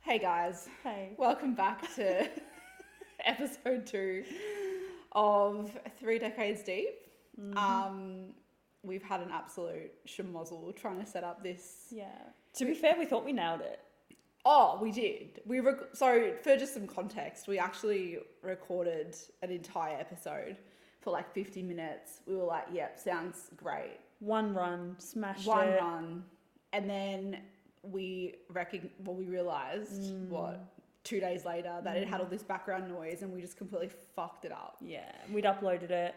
Hey guys, Hey. welcome back to episode two of Three Decades Deep. Mm-hmm. Um, we've had an absolute shemozzle trying to set up this. Yeah. To be fair, we thought we nailed it. Oh, we did. We rec- so for just some context, we actually recorded an entire episode for like 50 minutes. We were like, "Yep, sounds great." One run, smashed One it. run, and then we recog- well, we realized Mm. what two days later that it had all this background noise, and we just completely fucked it up. Yeah. We'd uploaded it.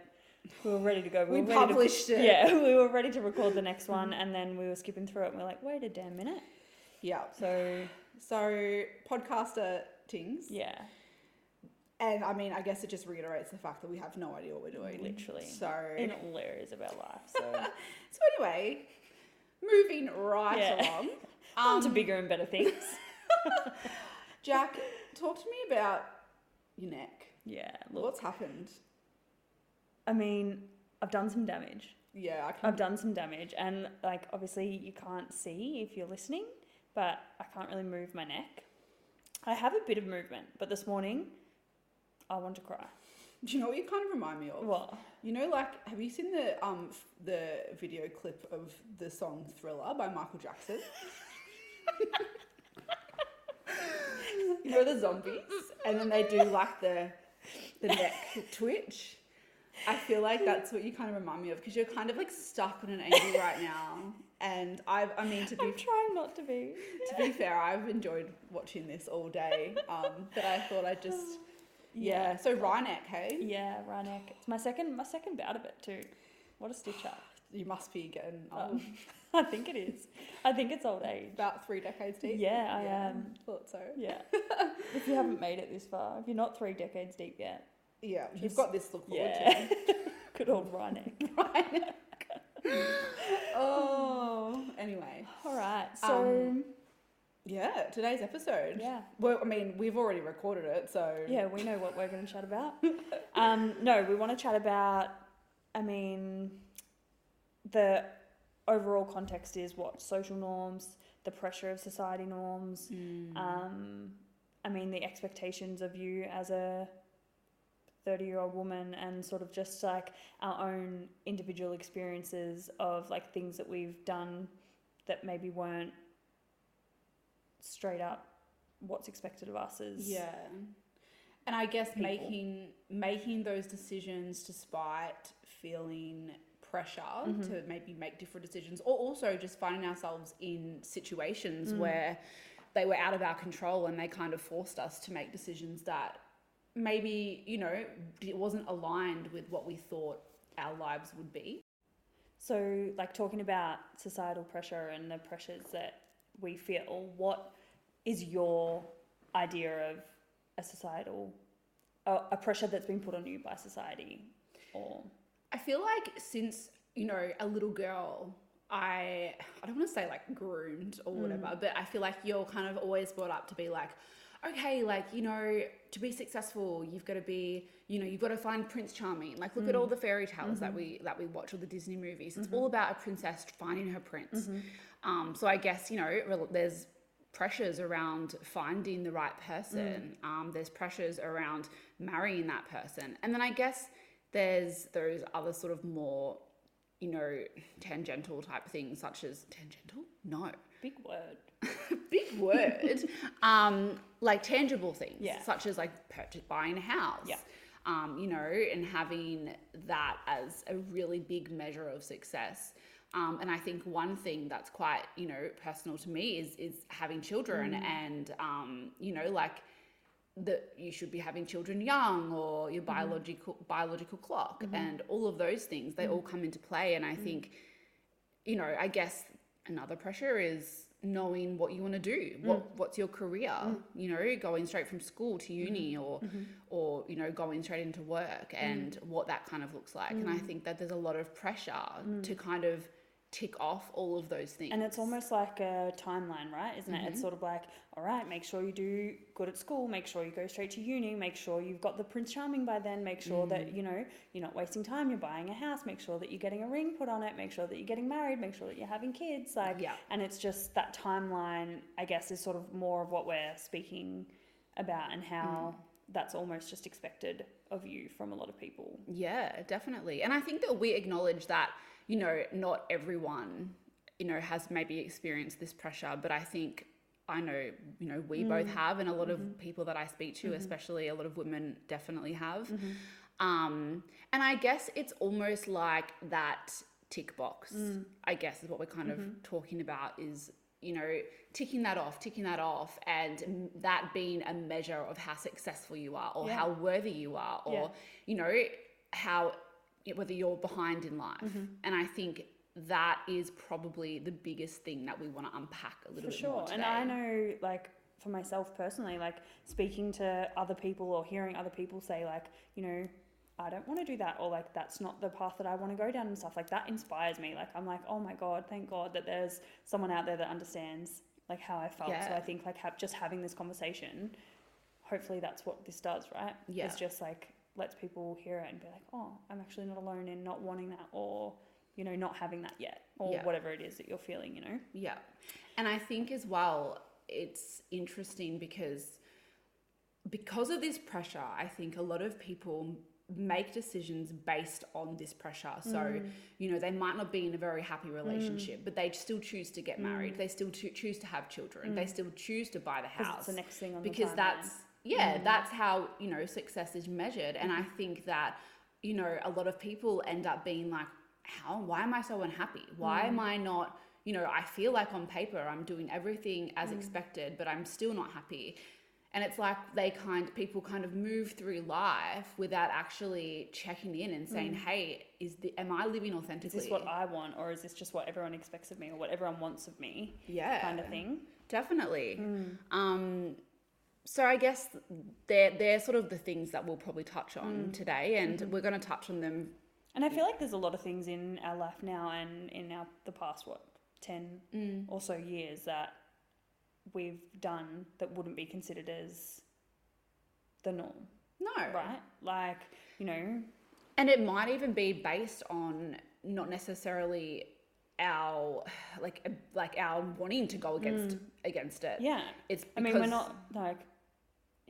We were ready to go. We, were ready to- published it. Yeah, we were ready to record the next one, and then we were skipping through it, and we are like, "Wait a damn minute!" yeah. So So podcaster things. yeah, And I mean, I guess it just reiterates the fact that we have no idea what we're doing. Literally. So, in all areas of our life. So so anyway, moving right Yeah. Um, along. Um, on to bigger and better things. Jack, talk to me about your neck. Yeah, look, What's happened? I mean, I've done some damage. Yeah, I can. I've done some damage, and like obviously you can't see if you're listening, but I can't really move my neck. I have a bit of movement, but this morning I want to cry. Do you know what you kind of remind me of? What? You know, like, have you seen the um f- the video clip of the song Thriller by Michael Jackson? you know the zombies, and then they do like the the neck twitch. I feel like that's what you kind of remind me of because you're kind of like stuck on an angle right now. And I, I mean, to be I'm trying not to be. to be fair, I've enjoyed watching this all day, um, but I thought I'd just yeah. So Ryneck, hey, Yeah, right neck. It's my second, my second bout of it too. What a stitch up. you must be getting Oh, um, I think it is. I think it's old age. about three decades deep. Yeah, I am. Thought so. Yeah. if you haven't made it this far, if you're not three decades deep yet, Yeah, you've Just- got this look forward yeah. to. good old right neck. Oh, anyway. All right. So Um, Yeah, today's episode. yeah. Well, I mean, we've already recorded it, so Yeah, we know what we're going to chat about. um, no, we want to chat about, I mean, the overall context is what social norms, the pressure of society norms, Hmm. Mm-hmm. um, I mean, the expectations of you as a 30 year old woman, and sort of just like our own individual experiences of like things that we've done that maybe weren't straight up what's expected of us as yeah. And I guess People. making making those decisions despite feeling pressure to maybe make different decisions, or also just finding ourselves in situations where they were out of our control and they kind of forced us to make decisions that maybe you know it wasn't aligned with what we thought our lives would be. So, like talking about societal pressure and the pressures that we feel, what is your idea of a societal, a, a pressure that's been put on you by society? Or I feel like since you know a little girl, I I don't want to say like groomed or whatever, but I feel like you're kind of always brought up to be like, okay, like you know, to be successful, you've got to be, you know, you've got to find Prince Charming. Like look at all the fairy tales that we that we watch, all the Disney movies. It's all about a princess finding her prince. Um, so I guess you know rel- there's pressures around finding the right person. Um, there's pressures around marrying that person, and then I guess there's those other sort of more, you know, tangential type things such as tangential. No, big word. big word. um, like tangible things, Yeah. such as like purchase, buying a house. Yeah. Um, you know, and having that as a really big measure of success. Um, and I think one thing that's quite you know personal to me is is having children, Mm. and um, you know like that you should be having children young or Mm-hmm. your biological biological clock and all of those things Mm. they all come into play and i think you know i guess another pressure is knowing what you want to do Mm. what what's your career you know going straight from school Mm. to uni or or you know going straight into Mm. work and what that kind of looks like and i think that there's a lot of pressure to kind of tick off all of those things. Mm. And it's almost like a timeline, right? Isn't it? It's Mhm. sort of like, all right, make sure you do good at school, make sure you go straight to uni, make sure you've got the Prince Charming by then, make sure that, you know, you're not wasting time, you're buying a house, make sure that you're getting a ring put on it, make sure that you're getting married, make sure that you're having kids. Like, yeah. and it's just that timeline, I guess, is sort of more of what we're speaking about and how that's almost just expected of you from a lot of people. Yeah, definitely. And I think that we acknowledge that, you know, not everyone, you know, has maybe experienced this pressure, but I think I know, you know, we both Mm. have and a lot Mm-hmm. of people that I speak to, especially a lot of women definitely have. Um and I guess it's almost like that tick box. Mm. I guess is what we're kind Mm-hmm. of talking about is you know, ticking that off, ticking that off, and that being a measure of how successful you are or Yeah. how worthy you are or Yeah. you know how whether you're behind in life Mm-hmm. and i think that is probably the biggest thing that we want to unpack a little For bit more sure. today. And I know, like, for myself personally, like, speaking to other people or hearing other people say, like, you know, I don't want to do that, or like, that's not the path that I want to go down and stuff. Like, that inspires me. Like, I'm like, oh my God, thank God that there's someone out there that understands, like, how I felt. So Yeah. I think, like, ha- just having this conversation, hopefully that's what this does, right? Yeah. It's just like, lets people hear it and be like, oh, I'm actually not alone in not wanting that, or, you know, not having that yet, or Yeah. whatever it is that you're feeling, you know? yeah and i think as well it's interesting because because of this pressure i think a lot of people make decisions based on this pressure so Mm. you know they might not be in a very happy relationship but they still choose to Mm. get married they still choo- choose to have children they still choose to buy the Because house it's the next thing on because the timeline. Mm-hmm. that's yeah that's how you know success is measured and i think that you know a lot of people end up being like how why am i so unhappy why Mm-hmm. am i not you know i feel like on paper i'm doing everything as Mm-hmm. expected but i'm still not happy and it's like they kind people kind of move through life without actually checking in and saying hey is the am i living Mm. is authentically this what I want, or is this just what everyone expects of me, or what everyone wants of me, yeah kind of thing? Mm. Definitely. Um, so I guess they're they're sort of the things that we'll probably touch Mm. on today, and Mm-hmm. we're going to touch on them. And I feel like there's a lot of things in our life now and in our the past what ten or so years that we've done that wouldn't be considered as the norm, No, right? Like you know, and it might even be based on not necessarily our like like our wanting to go against against it. Mm. yeah. It's I mean, we're Uh, because not like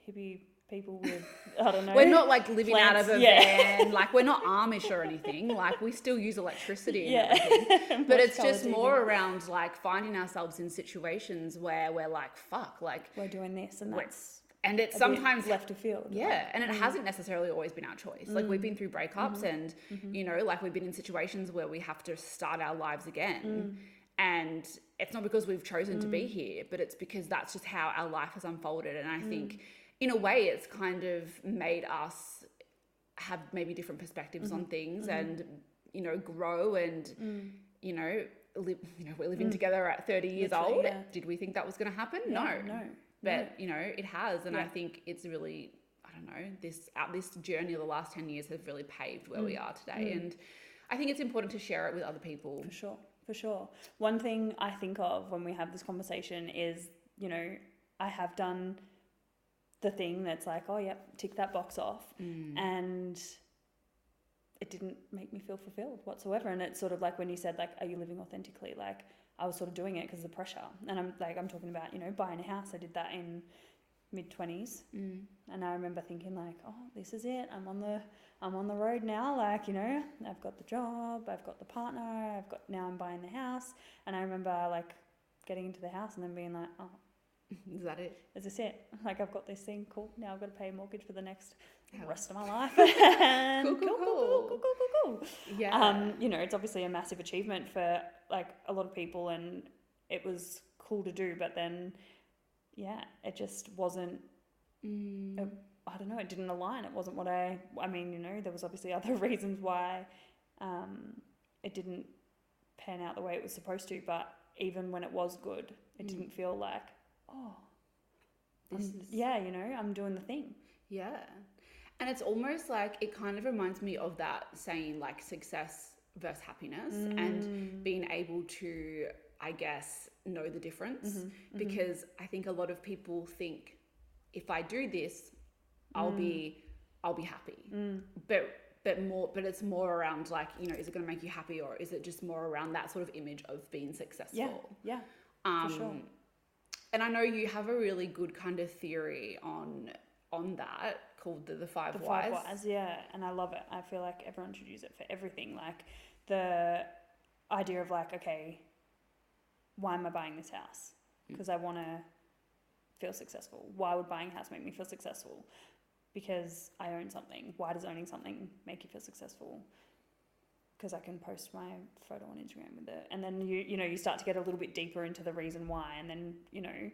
hippie people with I don't know. We're not like living out of Plants, a yeah. van, like we're not Amish or anything. Like we still use electricity and everything. but it's just more around like finding ourselves in situations where we're like fuck like We're doing this, and We're- that's and it's a bit sometimes left of field. yeah and it Mm. hasn't necessarily always been our choice like we've been through breakups Mm-hmm. and you know like we've been in situations where we have to start our lives Mm. again and it's not because we've chosen to be here but it's because that's just how our life has unfolded and Mm. i think in a way it's kind of made us have maybe different perspectives Mm-hmm. on things and you know grow and you know live you know we're living together at 30 years Mm. Literally, old yeah. did we think that was going to happen Yeah, no no. but you know it has and i Yeah. think it's really i don't know this out this journey of the last 10 years has really paved where we Mm. are today and i think it's important to share it with other people For sure, for sure. One thing I think of when we have this conversation is, you know, I have done the thing that's like, oh, yep, tick that box off. Mm. And it didn't make me feel fulfilled whatsoever. And it's sort of like when you said, like, are you living authentically? Like, I was sort of doing it because of the pressure. And I'm like, I'm talking about, you know, buying a house. I did that in mid 20s. mm. and I remember thinking like, oh, this is it. I'm on the I'm on the road now. Like you know, I've got the job, I've got the partner, I've got now I'm buying the house. And I remember like getting into the house and then being like, oh, is that it is this it? Like I've got this thing. Cool. Now I've got to pay a mortgage for the next How- rest of my life. Cool, cool, cool, cool, cool, cool. cool, cool, cool. yeah Um, you know, it's obviously a massive achievement for like a lot of people, and it was cool to do. But then, yeah, it just wasn't Mm. um, I don't know, it didn't align. It wasn't what I, I mean, you know, there was obviously other reasons why um, it didn't pan out the way it was supposed to, but even when it was good, it Mm. didn't feel like, oh, I'm- This is- yeah, you know, I'm doing the thing. yeah and it's almost like it kind of reminds me of that saying like success versus happiness Mm. and being able to, I guess, know the Mm-hmm. difference. Because I think a lot of people think if I do this, I'll Mm. be I'll be happy. Mm-hmm. But but more but it's more around like, you know, is it gonna make you happy or is it just more around that sort of image of being successful? Yeah, yeah, Um, for sure. And I know you have a really good kind of theory on on that called the, the five The whys. five whys, yeah, and I love it. I feel like everyone should use it for everything. Like the idea of like, okay, why am I buying this house? Because I want to feel successful. Why would buying a house make me feel successful? Because I own something. Why does owning something make you feel successful? Because I can post my photo on Instagram with it, and then you you know you start to get a little bit deeper into the reason why, and then you know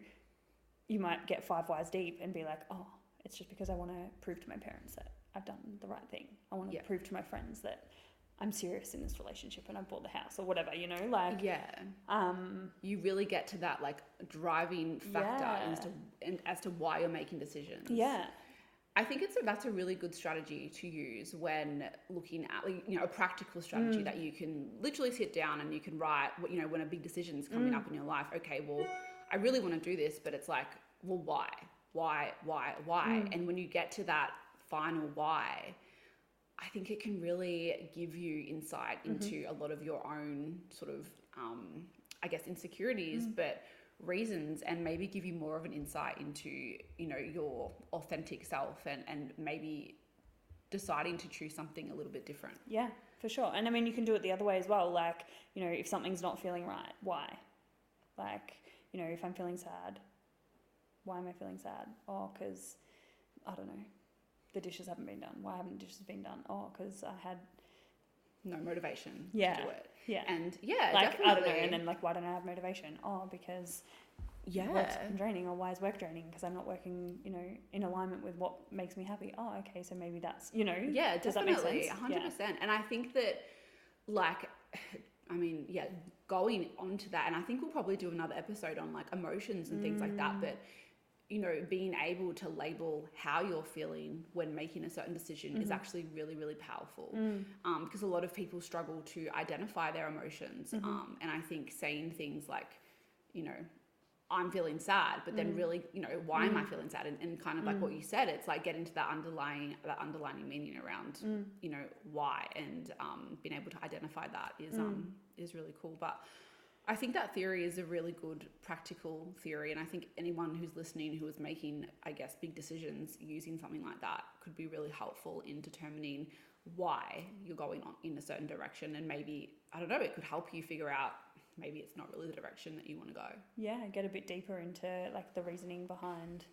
you might get five whys deep and be like, oh, it's just because I want to prove to my parents that I've done the right thing. I want to Yeah. prove to my friends that I'm serious in this relationship and I bought the house or whatever, you know, like Yeah. um You really get to that like driving factor Yeah. as to and as to why you're making decisions. yeah, I think it's a, that's a really good strategy to use when looking at like, you know a practical strategy that you can literally sit down and you can write what- you know when a big decision's coming up in your life. Okay, well, I really want to do this, but it's like, well, why, why, why, why? And when you get to that final why, I think it can really give you insight into a lot of your own sort of, um, I guess, insecurities, Mm. but reasons, and maybe give you more of an insight into, you know, your authentic self and, and maybe deciding to choose something a little bit different. yeah, for sure. And I mean, you can do it the other way as well. Like, you know, if something's not feeling right, why? Like, you know, if I'm feeling sad, why am I feeling sad? Oh, because I don't know. The dishes haven't been done. Why haven't the dishes been done? Oh, because I had No motivation to Yeah. do it. yeah. And yeah, like definitely. I don't know, and then like why don't I have motivation? Oh, because work's yeah. been draining, or why is work draining? Because I'm not working, you know, in alignment with what makes me happy. Oh, okay, so maybe that's you know, Yeah, Does that make definitely, sense? hundred percent. And I think that, like, I mean, yeah, going on to that, and I think we'll probably do another episode on like emotions and things like Mm. that. But you know, being able to label how you're feeling when making a certain decision is Mm-hmm. actually really, really powerful. Mm, Um, because a lot of people struggle to identify their emotions, um, and I think saying things like, you know. I'm feeling sad, but then really, you know, why am I feeling sad? And, and kind of like what you said, it's like getting to that underlying that underlining meaning around, mm. you know, why and um, being able to identify that is um, is really cool. But I think that theory is a really good practical theory, and I think anyone who's listening who is making, I guess, big decisions using something like that could be really helpful in determining why you're going on in a certain direction, and maybe I don't know, it could help you figure out maybe it's not really the direction that you want to go. yeah, get a bit deeper into like the reasoning behind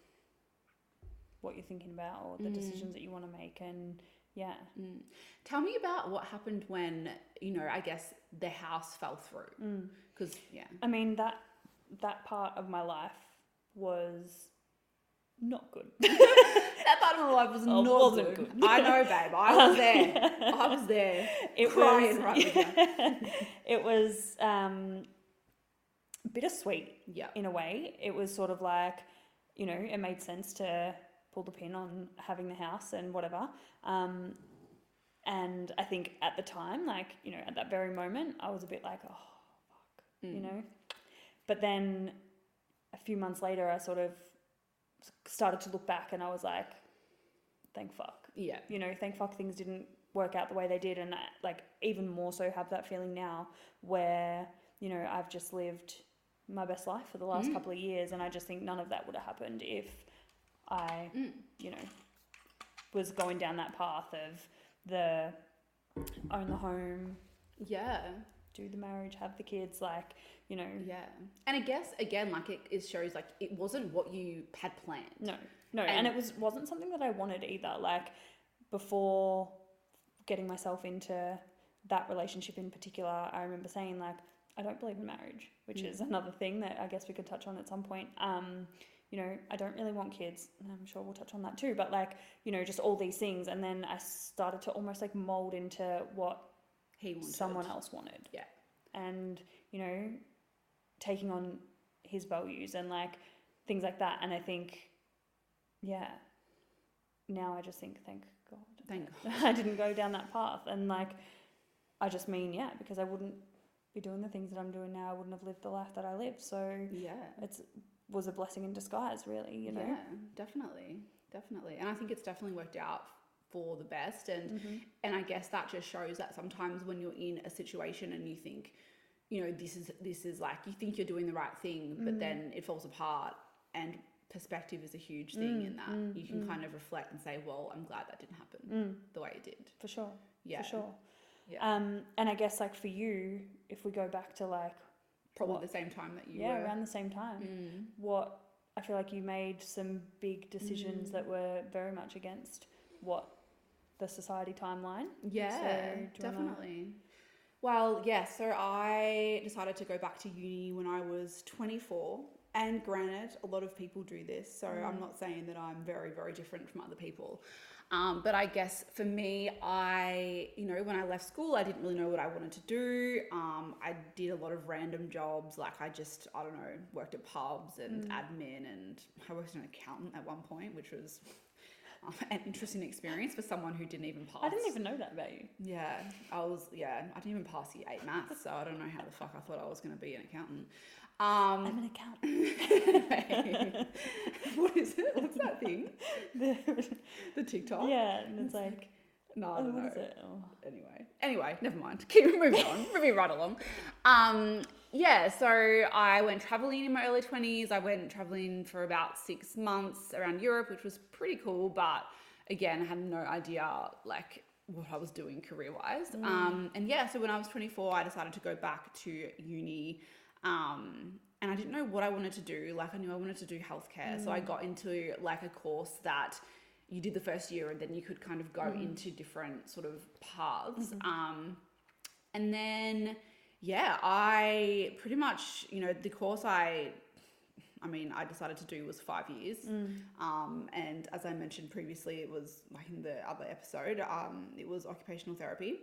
what you're thinking about or the decisions that you want to make, and yeah, Mm. Tell me about what happened when, you know, I guess the house fell through. Because, yeah. Mm. I mean that that part of my life was not good. That part of my life was Oh, not wasn't good. good. I know, babe. I was there. I was there. it crying was right with you. it was um, bittersweet Yeah. in a way. It was sort of like, you know, it made sense to pull the pin on having the house and whatever. Um, and I think at the time, like, you know, at that very moment, I was a bit like, oh, fuck, you Mm. know. But then a few months later, I sort of s- started to look back and I was like, thank fuck Yeah. you know, thank fuck things didn't work out the way they did. And I, like, even more so have that feeling now where, you know, I've just lived my best life for the last Mm. couple of years. And I just think none of that would have happened if I, Mm. you know, was going down that path of the own the home, Yeah. do the marriage, have the kids, like, you know, Yeah. And I guess, again, like it, it shows, like, it wasn't what you had planned. No, no, And- and, it was wasn't something that I wanted either. Like before getting myself into that relationship in particular, I remember saying like I don't believe in marriage, which is another thing that I guess we could touch on at some point. Um, you know, I don't really want kids. and I'm sure we'll touch on that too. But like, you know, just all these things, and then I started to almost like mold into what He wanted someone else wanted. Yeah. And, you know, taking on his values and like things like that. And I think, yeah, now I just think, thank God. Thank I didn't go down that path. And like, I just mean, yeah, because I wouldn't be doing the things that I'm doing now. I wouldn't have lived the life that I lived. So Yeah. it's was a blessing in disguise, really. You know. Yeah, definitely. Definitely. And I think it's definitely worked out for the best and Mhm. and I guess that just shows that sometimes when you're in a situation and you think, you know, this is this is like you think you're doing the right thing, Mm. but then it falls apart and perspective is a huge thing Mm, in that. you can kind of reflect and say, Well, I'm glad that didn't happen the way it did. Mm, For sure. Yeah. For sure. Yeah. Um, and I guess like for you, if we go back to like Probably What- the same time that you yeah, were around the same time, Mm. what I feel like you made some big Mm. decisions that were very much against what the society timeline. Yeah, do you wanna- definitely. Well, yeah, so I decided to go back to uni when I was 24. And granted, a lot of people do this, so I'm not saying that I'm very, very different from other people. Um, but I guess for me, I, you know, when I left school, I didn't really know what I wanted to do. Um, I did a lot of random jobs, like I just, I don't know, worked at pubs and admin, and I worked as an accountant at one point, which was um, an interesting experience for someone who didn't even pass. I didn't even know that about you. Yeah, I was. Yeah, I didn't even pass year eight maths, so I don't know how the fuck I thought I was going to be an accountant. Um, I'm an accountant. what is it? What's that thing? The TikTok? yeah, and it's like, No, I oh, don't what know. is it? Oh. Anyway, anyway, never mind. Keep moving on. moving right along. Um, yeah, so I went traveling in my early twenties. I went traveling for about six months around Europe, which was pretty cool. But again, I had no idea like what I was doing career wise. Um, and yeah, so when I was twenty four, I decided to go back to uni. Um, and I didn't know what I wanted to do. Like I knew I wanted to do healthcare, so I got into like a course that you did the first year and then you could kind of go into different sort of paths. Um, and then, yeah, I pretty much, you know, the course I, I mean, I decided to do was five years. Um, and as I mentioned previously, it was like in the other episode, um, it was occupational therapy.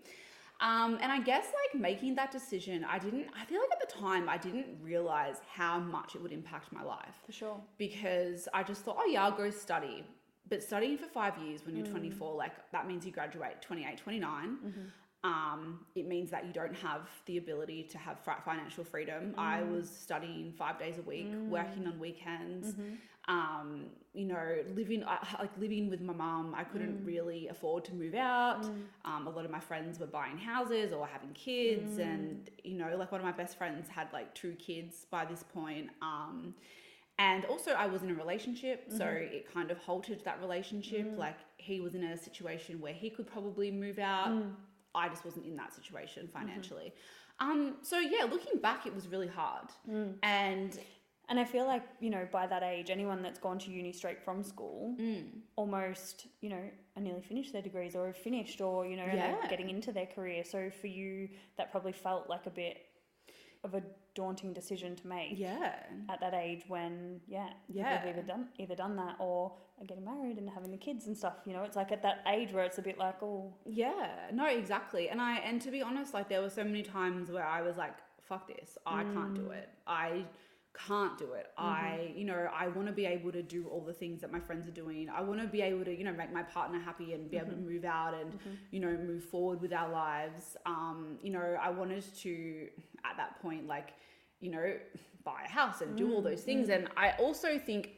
Um, and I guess like making that decision, I didn't, I feel like at the time, I didn't realize how much it would impact my life For sure. because I just thought, oh yeah, I'll go study. But studying for five years when you're 24, like that means you graduate 28, 29. Mm-hmm. Um, it means that you don't have the ability to have fi- financial freedom. I was studying five days a week, working on Mm-hmm. weekends. Um, you know, living I- like living with my mum, I couldn't really afford to move out. Mm. Mm-hmm. Um, a lot of my friends were buying houses or having kids, and you know, like one of my best friends had like two kids by this point. Um, and also, I was in a relationship, so it kind of halted that relationship. Like, he was in a situation where he could probably move out. I just wasn't in that situation financially. Um, so, yeah, looking back, it was really hard. And Mm-hmm. And I feel like, you know, by that age, anyone that's gone to uni straight from school mm, almost, you know, are nearly finished their degrees or have finished or, you know, and they're Yeah. getting into their career. So for you, that probably felt like a bit of a daunting decision to make yeah, at that age when, yeah, people Yeah. have either done, either done that or are getting married and having the kids and stuff. You know, it's like at that age where it's a bit like, oh, yeah, no, exactly. And I, and to be honest, like, there were so many times where I was like, fuck this, I can't do it. I can't do it. I, you know, I want to be able to do all the things that my friends are doing. I want to be able to, you know, make my partner happy and be able to move out and, you know, move forward with our lives. Um, you know, I wanted to, at that point, like, you know, buy a house and do all those things. And I also think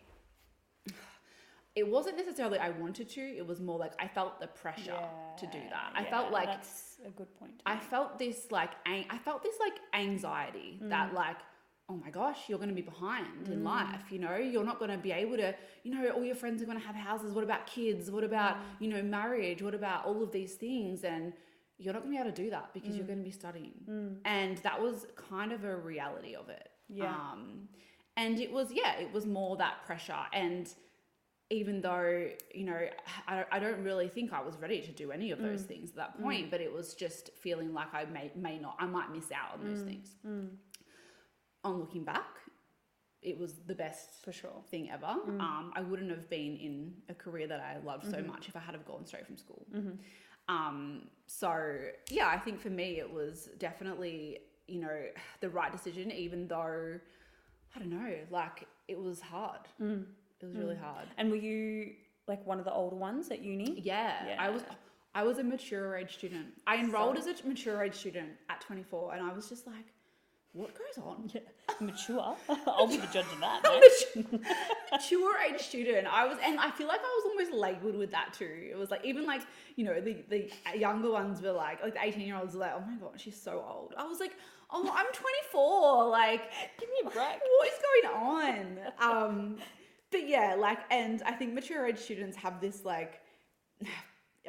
it wasn't necessarily I wanted to, it was more like I felt the pressure to do yeah, that. I yeah, felt like that's a good point. I felt this like an- I felt this like anxiety that like oh my gosh you're going to be behind in life you know you're not going to be able to you know all your friends are going to have houses what about kids what about you know marriage what about all of these things and you're not going to be able to do that because you're going to be studying Mm. and that was kind of a reality of it Yeah. um and it was yeah it was more that pressure and even though you know I, I don't really think i was ready to do any of those things at that point but it was just feeling like i may, may not i might miss out on those things Mm. on looking back it was the best for sure. thing ever um, i wouldn't have been in a career that i loved so much if i had have gone straight from school Mm-hmm. um, so yeah i think for me it was definitely you know the right decision even though i don't know like it was hard Mm. it was really hard And were you like one of the older ones at uni? yeah, I was. Yeah. I was a mature age student. I enrolled as a mature age student at 24, and I was just like, what goes on? Mature. I'll be the judge of that. mate. mature age student. I was, and I feel like I was almost labeled with that too. It was like even like you know the the younger ones were like like the 18 year olds were like, oh my god, she's so old. I was like, oh, I'm 24. Like, Give me a break. what is going on? Um, but yeah, like, and I think mature age students have this like,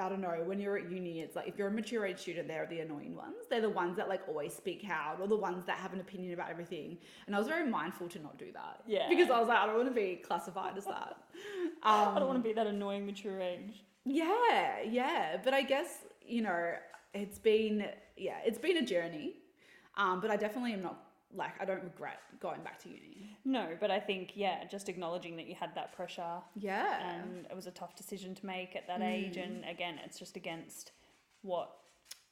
I don't know. When you're at uni, it's like if you're a mature age student, they're the annoying ones. They're the ones that like always speak out, or the ones that have an opinion about everything. And I was very mindful to not do that. Yeah. Because I was like, I don't want to be classified as that. Um, I don't want to be that annoying mature age. yeah, yeah. But I guess, you know, it's been yeah, it's been a journey. Um, but I definitely am not like I don't regret going back to uni. No, but I think yeah, just acknowledging that you had that pressure Yeah. and it was a tough decision to make at that age. And again, it's just against what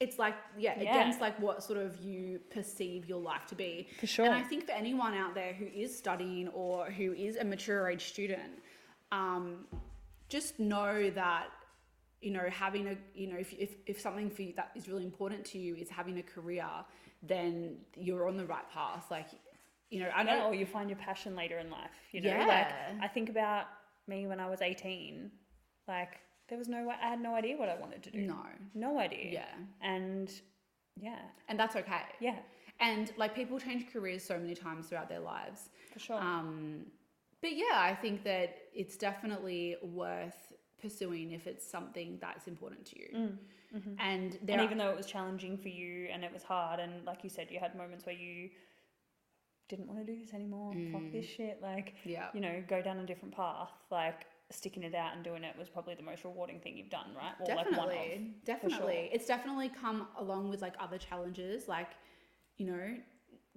it's like yeah, Yeah. against like what sort of you perceive your life to be. For sure. And I think for anyone out there who is studying or who is a mature age student, um, just know that you know having a you know if, if if something for you that is really important to you is having a career, then you're on the right path. Like you know, I Yeah, know. or Oh, you find your passion later in life. You know, Yeah. like I think about me when I was eighteen. Like there was no way I had no idea what I wanted to do. No. no idea. Yeah. and yeah, And that's okay. yeah, And like people change careers so many times throughout their lives. for sure. Um, but yeah, I think that it's definitely worth pursuing if it's something that's important to you. mm-hmm. And there, Mm. and are- even though it was challenging for you and it was hard, and like you said, you had moments where you didn't want to do this anymore. Mm. Fuck this shit. Like yeah, you know, go down a different path. Like sticking it out and doing it was probably the most rewarding thing you've done, right? Or like one definitely, of. for sure. definitely, it's definitely come along with like other challenges, like you know,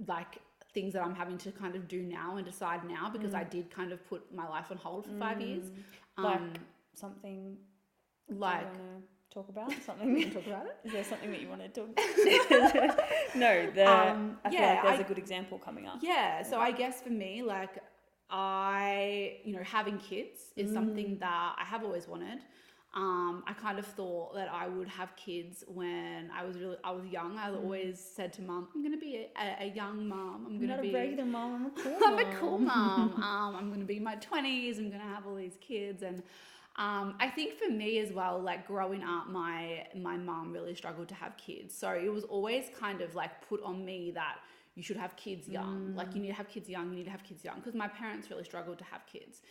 like things that I'm having to kind of do now and decide now because I did kind of put my life on hold for five years. Mm. Like Um, Mm. something like, want to talk about we something. can talk about it. Is there something that you want to talk? no, the Um, Uh, I feel yeah, like there's I- a good example coming up. Yeah. So I guess for me, like I, you know, having kids is something Mm. that I have always wanted. Um, I kind of thought that I would have kids when I was really, I was young. I always said to mum, I'm going to be a, a young mom. I'm Mm. I'm going not to a be, regular mom. I'm a cool I'm mom. a cool mom. Um, I'm going to be in my 20s. I'm going to have all these kids. And um, I think for me as well, like growing up, my my mom really struggled to have kids. So it was always kind of like put on me that you should have kids Mm. young. Like you need to have kids young. You need to have kids young because my parents really struggled to have kids.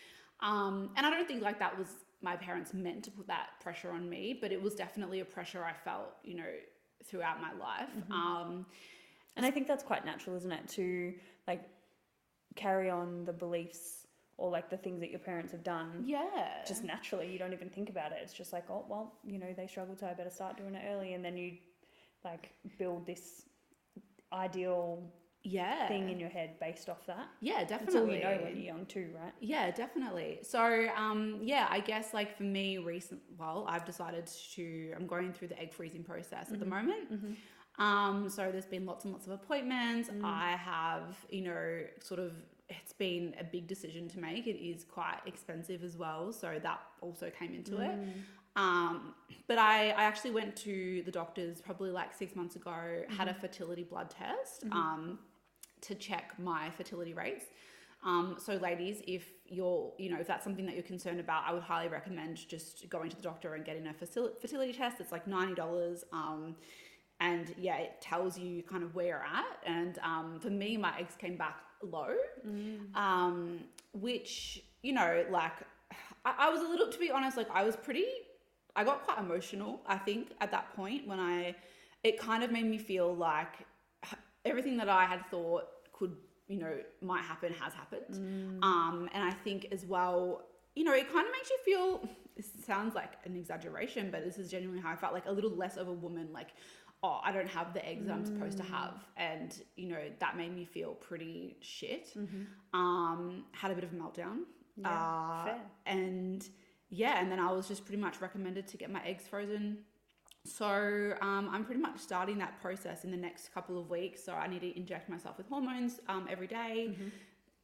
Um, and I don't think like that was my parents meant to put that pressure on me, but it was definitely a pressure I felt, you know, throughout my life. Mm-hmm. Um, And I think that's quite natural, isn't it? To like carry on the beliefs or like the things that your parents have done. yeah. Just naturally, you don't even think about it. It's just like, oh well, you know, they struggled, so I better start doing it early. And then you like build this ideal yeah. thing in your head based off that. yeah, That's all definitely. you know when you're young too, right? Yeah, definitely. So, um, yeah, I guess like for me, recent, well, I've decided to, I'm going through the egg freezing process at the moment. Um, so there's been lots and lots of appointments. I have, you know, sort of, it's been a big decision to make. It is quite expensive as well. So that also came into Mm. it. Um, but I, I actually went to the doctors probably like six months ago, had a fertility blood test. Um, to check my fertility rates. Um, so, ladies, if you're, you know, if that's something that you're concerned about, I would highly recommend just going to the doctor and getting a facil- fertility test. It's like ninety dollars, um, and yeah, it tells you kind of where you're at. And um, for me, my eggs came back low, um, which you know, like I-, I was a little, to be honest, like I was pretty, I got quite emotional. I think at that point when I, it kind of made me feel like everything that I had thought could, you know, might happen has happened. Um, and I think as well, you know, it kind of makes you feel, this sounds like an exaggeration, but this is genuinely how I felt like a little less of a woman, like, oh, I don't have the eggs that I'm supposed to have. And, you know, that made me feel pretty shit. Mm-hmm. Um, had a bit of a meltdown. Uh, fair. And yeah, and then I was just pretty much recommended to get my eggs frozen so um, I'm pretty much starting that process in the next couple of weeks. So I need to inject myself with hormones um, every day.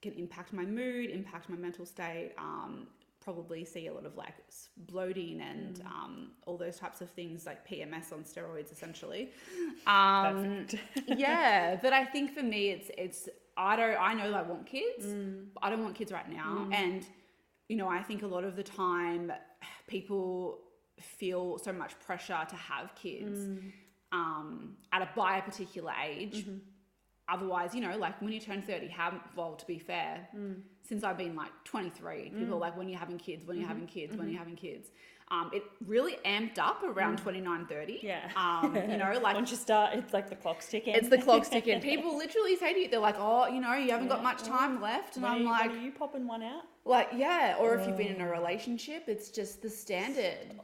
Can impact my mood, impact my mental state. Um, probably see a lot of like s- bloating and um, all those types of things, like PMS on steroids, essentially. Um, yeah, but I think for me, it's it's I don't I know I want kids, Mm-hmm. but I don't want kids right Mm. now, and you know I think a lot of the time people feel so much pressure to have kids Mm. um, at a by a particular age. Mm-hmm. Otherwise, you know, like when you turn 30, how, well, to be fair, Mm. since I've been like 23, people are like, when you're having kids, when Mm-hmm. you're having kids, when you're having kids. Um, it really amped up around 29, 30. Mm. Yeah. Um, you know, like Once you start, it's like the clock's ticking. it's the clock's ticking. People literally say to you, they're like, oh, you know, you haven't got Yeah. much time left. And When are I'm you- when like, are you popping one out? like, yeah. Or if you've been in Oh. a relationship, it's just the standard.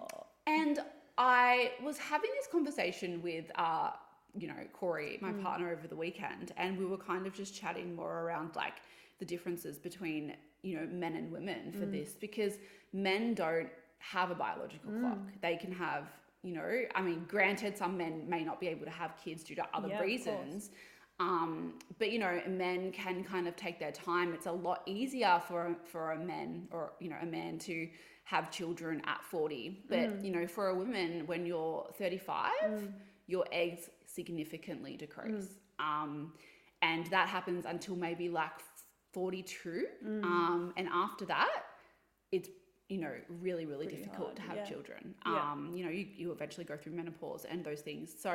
And I was having this conversation with, uh, you know, Corey, my Mm. partner, over the weekend, and we were kind of just chatting more around like the differences between, you know, men and women Mm. for this because men don't have a biological Mm. clock. They can have, you know, I mean, granted, some men may not be able to have kids due to other Yeah, of course. reasons. Um, but you know, men can kind of take their time. It's a lot easier for for a man or you know a man to have children at forty. But Mm. you know, for a woman, when you're thirty five, your eggs significantly decrease, Mm. um, and that happens until maybe like forty two, Mm. um, and after that, it's you know really really Pretty difficult hard, to have yeah. children. Yeah. Um, you know, you, you eventually go through menopause and those things. So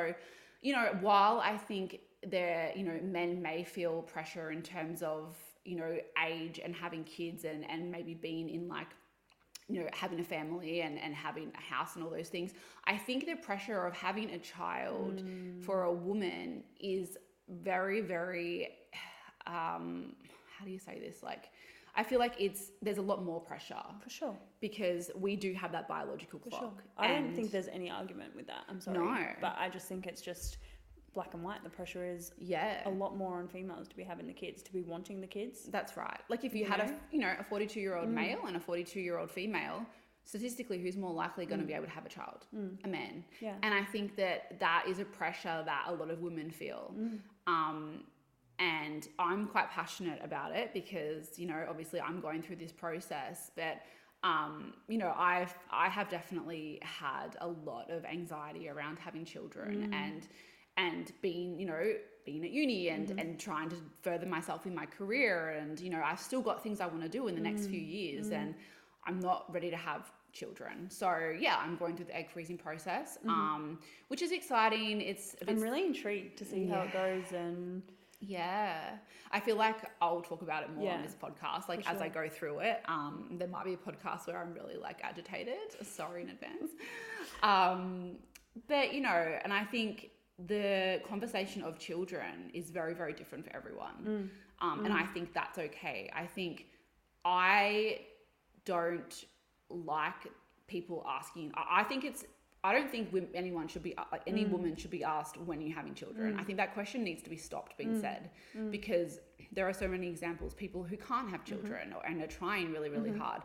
you know, while I think there, you know, men may feel pressure in terms of, you know, age and having kids and, and maybe being in like, you know, having a family and, and having a house and all those things. I think the pressure of having a child Mm. for a woman is very, very, um, how do you say this? Like, I feel like it's, there's a lot more pressure For sure. because we do have that biological For clock. sure. I don't and- think there's any argument with that. I'm sorry. No. But I just think it's just black and white. The pressure is yeah. a lot more on females to be having the kids, to be wanting the kids. That's right. Like if you, You had know? a you know a forty two year Mm. old male and a forty two year old female, statistically, who's more likely going to Mm. be able to have a child? A man. Yeah. And I think that that is a pressure that a lot of women feel. Mm. Um, and I'm quite passionate about it because you know obviously I'm going through this process, but um, you know I've I have definitely had a lot of anxiety around having children and and being you know being at uni and and trying to further myself in my career and you know I've still got things I want to do in the next few years and I'm not ready to have children. So yeah, I'm going through the egg freezing process, um, which is exciting. It's a bit I'm really intrigued to see how it goes and yeah. I feel like I'll talk about it more on Yeah, this podcast. Like for as I sure. go through it, um, there might be a podcast where I'm really like agitated. Sorry in advance. Um, but you know, and I think the conversation of children is very, very different for Mm. everyone. Um, and I think that's okay. I think I don't like people asking. I I think it's. I don't think wom- anyone should be uh, any Mm. woman should be asked when you're having children. I think that question needs to be stopped being Mm. said because there are so many examples people who can't Mm-hmm. have children or, and are trying really really hard,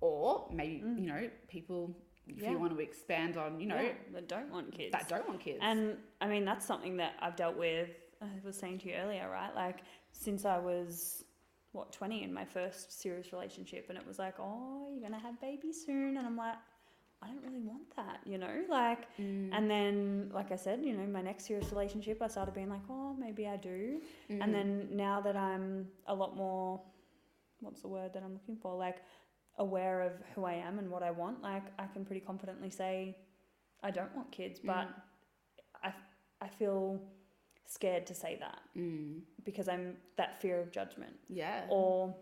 or maybe you know people if Mm. Yeah. you want to expand on you know yeah, that don't want kids. that don't want kids. And I mean, that's something that I've dealt with. I was saying to you earlier, right? Like, since I was, what, 20 in my first serious relationship, and it was like, oh, you're going to have baby soon. And I'm like, I don't really want that, you know? Like, Mm. and then, like I said, you know, my next serious relationship, I started being like, oh, maybe I do. Mm. And then now that I'm a lot more, what's the word that I'm looking for? Like, aware of who I am and what I want, like, I can pretty confidently say, I don't want kids, Mm. but I, I feel scared to say that Mm. because I'm that fear of judgment yeah, or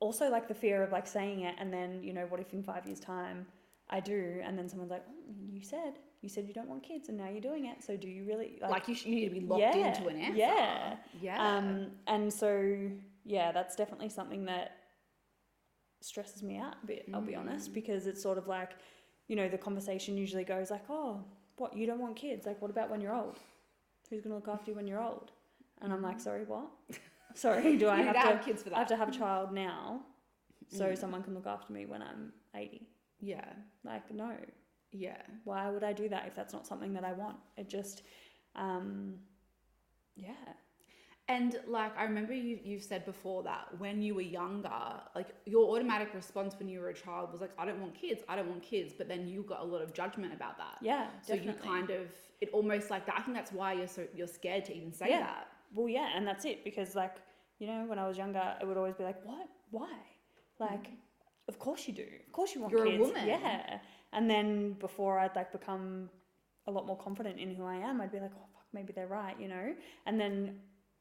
also like the fear of like saying it and then you know what if in five years time I do and then someone's like oh, you said you said you don't want kids and now you're doing it so do you really like, you, sh- you need to be locked Yeah, into an answer. yeah. yeah. um and so yeah that's definitely something that stresses me out a bit I'll be Mm. honest because it's sort of like you know the conversation usually goes like oh what you don't want kids like what about when you're old who's going to look after you when you're old and I'm like sorry what sorry do Mm. I you need have to to have kids for I have that. to have a child now so someone can look after me when I'm 80. Yeah, Like, no. yeah. Why would I do that if that's not something that I want? It just, um, yeah. And like I remember you you've said before that when you were younger, like your automatic response when you were a child was like, I don't want kids, I don't want kids. But then you got a lot of judgment about that. Yeah, So you kind of it almost like that. I think that's why you're so you're scared to even say Yeah. that. well, yeah, and that's it because like you know when I was younger, it would always be like, what, why, like, of course you do, of course you want. Mm. You're a kids. woman. yeah. And then before I'd like become a lot more confident in who I am, I'd be like, oh fuck, maybe they're right, you know. And then,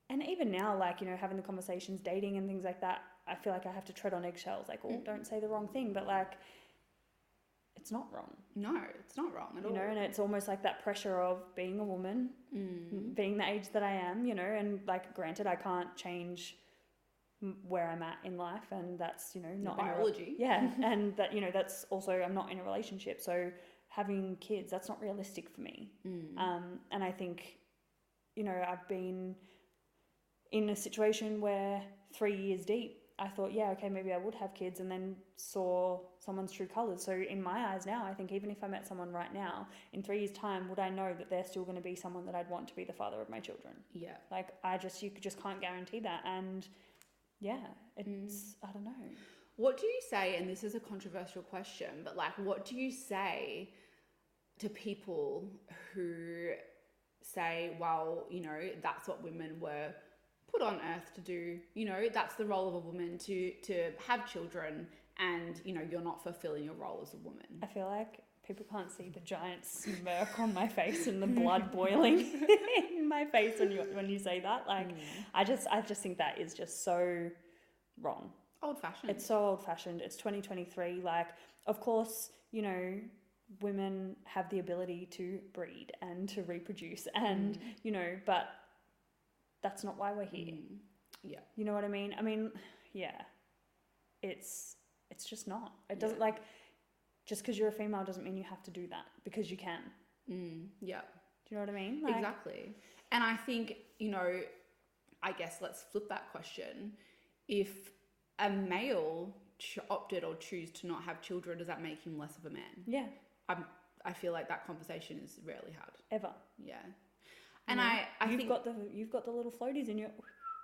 and even now, like you know, having the conversations, dating and things like that, I feel like I have to tread on eggshells, like, oh, Mm. don't say the wrong thing, but like, it's not wrong, No, it's not wrong at you all. know. And it's almost like that pressure of being a woman Mm. being the age that I am, you know, and like granted, I can't change m- where I'm at in life, and that's you know not in a- biology. yeah, and that you know that's also I'm not in a relationship, so having kids that's not realistic for me. Mm. Um, and I think, you know, I've been in a situation where three years deep, I thought, yeah, okay, maybe I would have kids, and then saw someone's true colors. So in my eyes now, I think even if I met someone right now, in three years' time, would I know that they're still going to be someone that I'd want to be the father of my children? yeah. Like I just, you just can't guarantee that, and yeah, it's I don't know. What do you say, and this is a controversial question, but like, what do you say to people who say, well, you know, that's what women were put on earth to do, you know, that's the role of a woman to, to have children, and, you know, you're not fulfilling your role as a woman? I feel like people can't see the giant smirk on my face and the blood boiling in my face when you when you say that. Like, Mm. I just I just think that is just so wrong. Old fashioned. It's so old fashioned. It's 2023. Like, of course, you know, women have the ability to breed and to reproduce, and Mm. you know, but that's not why we're here. You know what I mean? I mean, yeah. It's it's just not. It doesn't Yeah. like just because you're a female doesn't mean you have to do that because you can. Do Mm, yeah. you know what I mean? Like, exactly. And I think, you know, I guess let's flip that question. If a male ch- opted or choose to not have children, does that make him less of a man? Yeah, I'm, I feel like that conversation is rarely had. ever. Yeah. And You know, I, I you've think, got the you've got the little floaties in your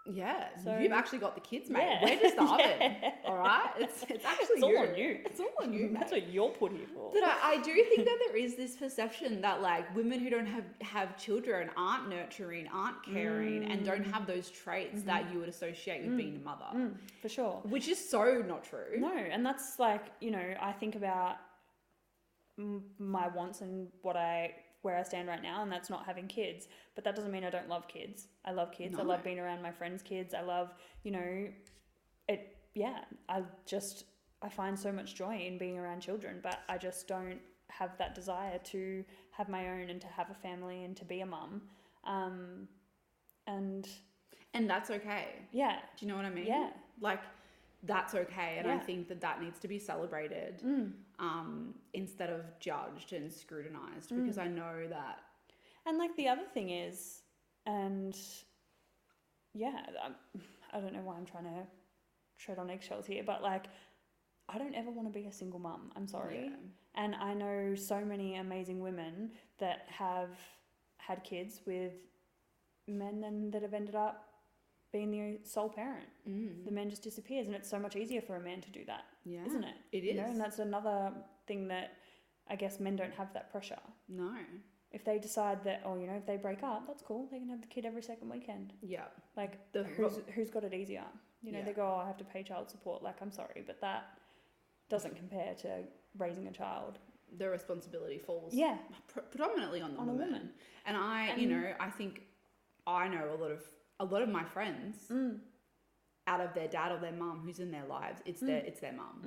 yeah, So- you've actually got the kids, mate. Yeah. We're just the oven, Yeah. all right? It's, it's actually It's all you. on you. It's all on you, That's mate. what you're put here for. But I, I do think that there is this perception that like women who don't have have children aren't nurturing, aren't caring, and don't have those traits that you would associate with being a mother, Mm-hmm. Mm, for sure. which is so not true. No, and that's like you know I think about m- my wants and what I where I stand right now, and that's not having kids. But that doesn't mean I don't love kids. I love kids. I No. love being around my friends' kids. I love you know it. Yeah, I just I find so much joy in being around children, but I just don't have that desire to have my own and to have a family and to be a mum. Um, and And that's okay. yeah, Do you know what I mean? yeah, Like that's okay, and I Yeah. think that that needs to be celebrated mm. um, instead of judged and scrutinized Mm. because I know that. And like the other thing is, and yeah, I'm, I don't know why I'm trying to tread on eggshells here, but like, I don't ever want to be a single mum. I'm sorry. yeah. And I know so many amazing women that have had kids with men and that have ended up being the sole parent. The Mm. man just disappears, and it's so much easier for a man to do that, yeah, not it? Ah, It You know, is. and that's another thing that I guess men don't have that pressure no. if they decide that oh you know if they break up that's cool they can have the kid every second weekend Yeah, like The who's, who's got it easier you know Yeah. they go oh i have to pay child support like i'm sorry but that doesn't compare to raising a child the responsibility falls yeah pr- predominantly on the On a woman. woman. And I, you And- know, I think I know a lot of a lot of my friends mm. out of their dad or their mum who's in their lives. It's their Mm. it's their mum.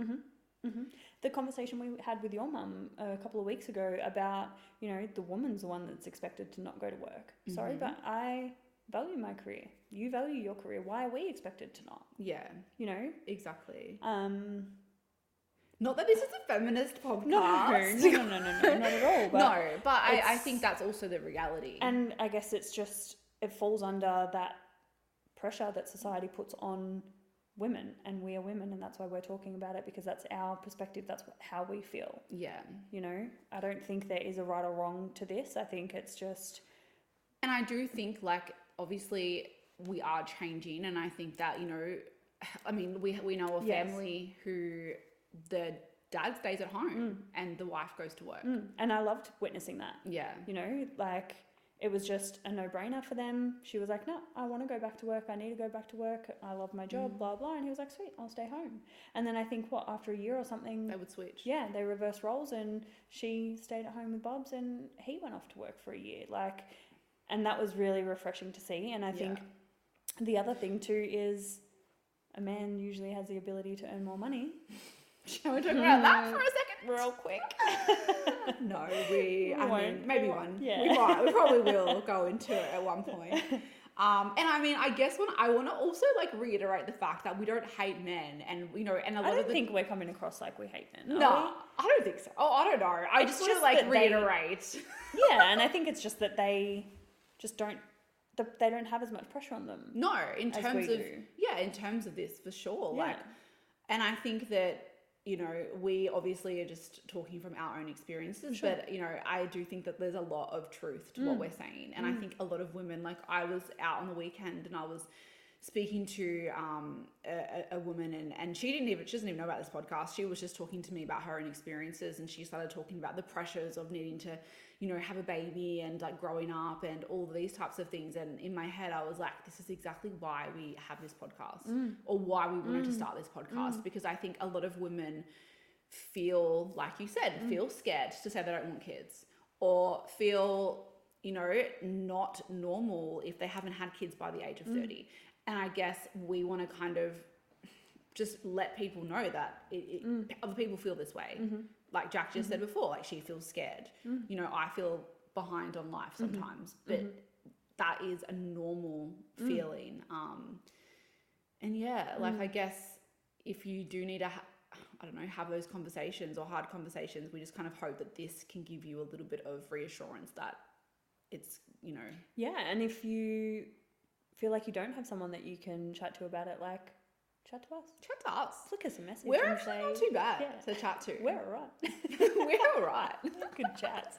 Mm-hmm. the conversation we had with your mum a couple of weeks ago about you know the woman's the one that's expected to not go to work sorry Mhm. but i value my career you value your career why are we expected to not Yeah, you know exactly. um Not that this is a feminist podcast. no no no no no, no not at all but no, but I, I it's- think that's also the reality. And I guess it's just it falls under that pressure that society puts on women, and we are women, and that's why we're talking about it because that's our perspective. That's what, how we feel. yeah. You know, I don't think there is a right or wrong to this. I think it's just And I do think, like, obviously, we are changing, and I think that you know, I mean, we we know a Yes. family who the dad stays at home and the wife goes to work. Mm. And I loved witnessing that. Yeah, You know, like it was just a no brainer for them. She was like, No, I want to go back to work. I need to go back to work. I love my job, Mm. blah, blah. And he was like, Sweet, I'll stay home. And then I think, what, after a year or something, they would switch. yeah, they reversed roles and she stayed at home with Bob's and he went off to work for a year. Like, and that was really refreshing to see. And I think Yeah. the other thing too is a man usually has the ability to earn more money. Shall we talk about that Mm. for a second? Real quick. No, we. We I mean, won't. maybe We one. won't. Yeah. We might. We probably will go into it at one point. Um, and I mean, I guess when I want to also like reiterate the fact that we don't hate men, and you know, and a I lot don't of the think we're coming across like we hate men. no, are I don't think so. Oh, I don't know. I It's just want to just like that they- reiterate. we? yeah, and I think it's just that they just don't th- they don't have as much pressure on them. No, in As terms we of do. yeah, in terms of this for sure. Yeah. Like, and I think that you know we obviously are just talking from our own experiences, Sure. Mm. but you know I do think that there's a lot of truth to what we're saying, and I think a lot of women. Like I was out on the weekend and I was speaking to um, a, a a woman and, and she didn't even she doesn't even know about this podcast she was just talking to me about her own experiences and she started talking about the pressures of needing to you know have a baby and like growing up and all these types of things and in my head i was like this is exactly why we have this podcast or why we wanted to start this podcast because i think a lot of women feel like you said feel scared to say they don't want kids or feel you know not normal if they haven't had kids by the age of 30 and i guess we want to kind of just let people know that it, it, other people feel this way like jack just said before like she feels scared Mm-hmm. you know i feel behind on life sometimes but that is a normal Mm. feeling um and yeah like i guess if you do need to ha- i don't know have those conversations or hard conversations we just kind of hope that this can give you a little bit of reassurance that it's you know Yeah, and if you feel like you don't have someone that you can chat to about it, like chat to us. chat to us Flick us a message. we're and actually say, not too bad yeah. to chat to We're alright. we're all right Good chats.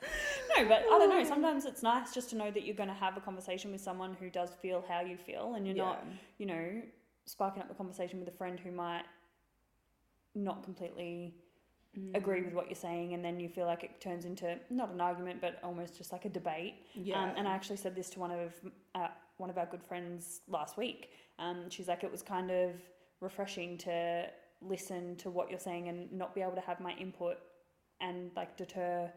No, but I don't Oh. know. Sometimes it's nice just to know that you're going to have a conversation with someone who does feel how you feel, and you're not, you know, sparking up a conversation with a friend who might not completely Mm. agree with what you're saying, and then you feel like it turns into not an argument, but almost just like a debate. yeah Um, and I actually said this to one of uh, one of our good friends last week. Um, she's like, it was kind of refreshing to listen to what you're saying and not be able to have my input and like deter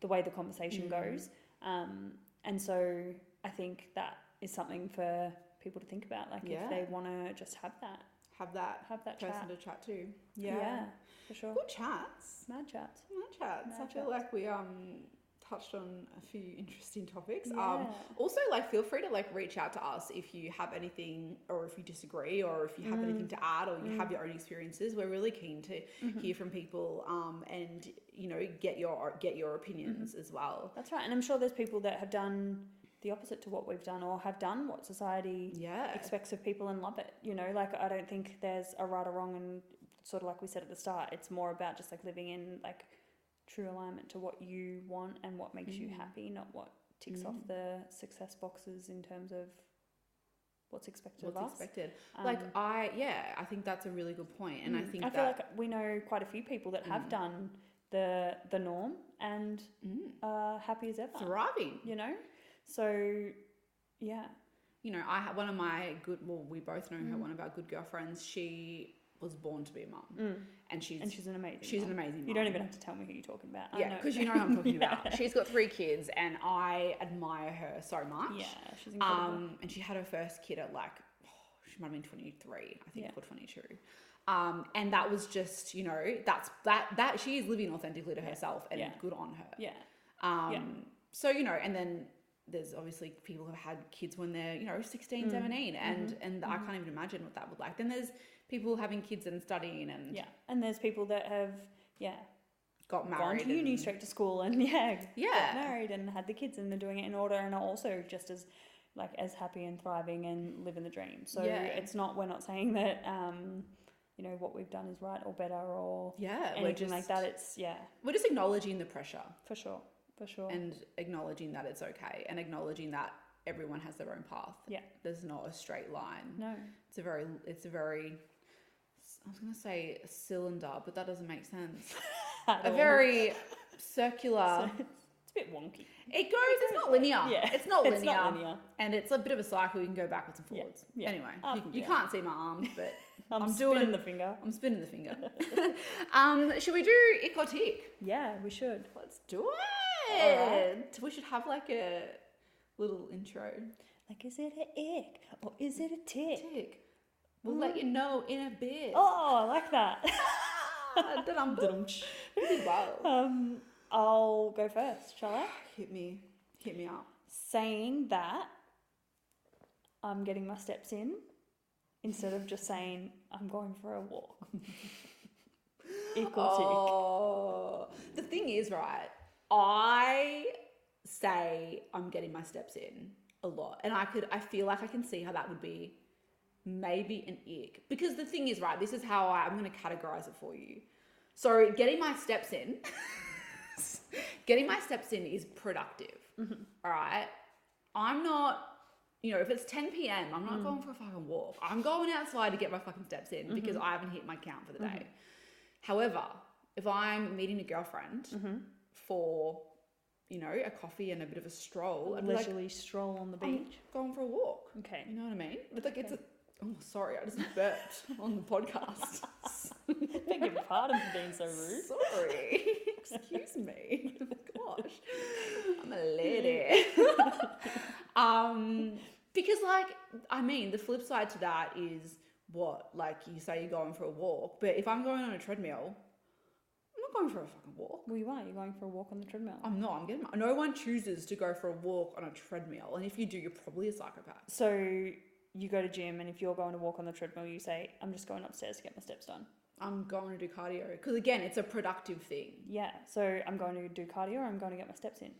the way the conversation Mm. goes. Um, and so I think that is something for people to think about. Like Yeah. if they want to just have that, have that have that person chat. to chat to Yeah. for sure. good chats Mad chats. good chats i Mad feel chats. like we um touched on a few interesting topics um Yeah. Also, like, feel free to like reach out to us if you have anything, or if you disagree, or if you have Mm. anything to add, or you have Mm. your own experiences. We're really keen to Mhm. hear from people, um, and you know, get your get your opinions Mm-hmm. as well. That's right. And I'm sure there's people that have done the opposite to what we've done or have done what society Yeah, expects of people and love it. You know, like I don't think there's a right or wrong, and sort of like we said at the start, it's more about just like living in like true alignment to what you want and what makes you Mm. happy, not what ticks off Mm. the success boxes in terms of what's expected of what's us. expected? like, Um, I yeah, I think that's a really good point, and I mm, think I that feel like we know quite a few people that have Mm. done the the norm and mm, are happy as ever. thriving. You know, so yeah, You know, I ha- one of my good. Well, we both know her. Mm. One of our good girlfriends. She was born to be a mum, Mm. and she's and she's an amazing. she's an mum. amazing. You don't mum. even have to tell me who you're talking about. I Yeah, know. because you know who I'm talking Yeah. about. She's got three kids, and I admire her so much. Yeah, she's incredible. Um, and she had her first kid at like, oh, she might have been 23, I think, Yeah. or 22. Um, and that was just, you know, that's that that she is living authentically to Yeah. herself, and Yeah. good on her. yeah, Um, Yeah. So, you know, and then there's obviously people who had kids when they're, you know, 16, Mm. 17, and, and I Mhm. can't even imagine what that would like. Then there's people having kids and studying and yeah. And there's people that have yeah got gone married. to uni and- straight to school and yeah, got Yeah. married and had the kids and they're doing it in order and are also just as like as happy and thriving and living the dream. So Yeah. it's not we're not saying that um you know what we've done is right or better or Yeah. we're anything like that. It's yeah we're just acknowledging the pressure for sure for sure and acknowledging that it's okay and acknowledging that everyone has their own path. Yeah. There's not a straight line. No. It's a very, it's a very, I was going to say cylinder, but that doesn't make sense. At a all. very circular. So- it's a bit wonky. It goes, it's not linear. Yeah. It's not linear. It's not linear. And it's a bit of a cycle. You can go backwards and Yeah, forwards. yeah. Anyway, Oh, you, you yeah. can't see my arms, but I'm, I'm spinning doing- the finger. I'm spinning the finger. um, should we do ick or tick? Yeah, we should. Let's do Alright. it. We should have like a little intro. Like, is it a ick or is it a tick? Tick. We'll let you know in a bit. Oh, I like that. Dun-dum. Dum-dum. Pretty well. um, I'll go first, shall I? Hit me. Hit me up. Saying that, I'm getting my steps in instead of just saying I'm going for a walk. Equal tick. Oh, the thing is, right? I say I'm getting my steps in a lot, and I could, I feel like I can see how that would be maybe an ick because the thing is, right? This is how I, I'm going to categorize it for you. So, getting my steps in, getting my steps in is productive. all right, I'm not. You know, if it's 10 p.m., I'm not going for a fucking walk. I'm going outside to get my fucking steps in because I haven't hit my count for the day. However, if I'm meeting a girlfriend for, you know, a coffee and a bit of a stroll, I'm like, Leisurely stroll on the I'm beach. going for a walk. Okay. You know what I mean? It's like it's a, oh, sorry, I just burped on the podcast. Beg your pardon for being so rude. sorry. Excuse me. Oh Gosh, I'm a lady. um, because like, I mean, the flip side to that is what, like, you say you're going for a walk, but if I'm going on a treadmill, I'm not going for a fucking walk. Well, you are. You're going for a walk on the treadmill. I'm not. I'm getting. My, no one chooses to go for a walk on a treadmill, and if you do, you're probably a psychopath. So you go to gym, and if you're going to walk on the treadmill, you say, "I'm just going upstairs to get my steps done." I'm going to do cardio because again, it's a productive thing. Yeah. So I'm going to do cardio, or I'm going to get my steps in.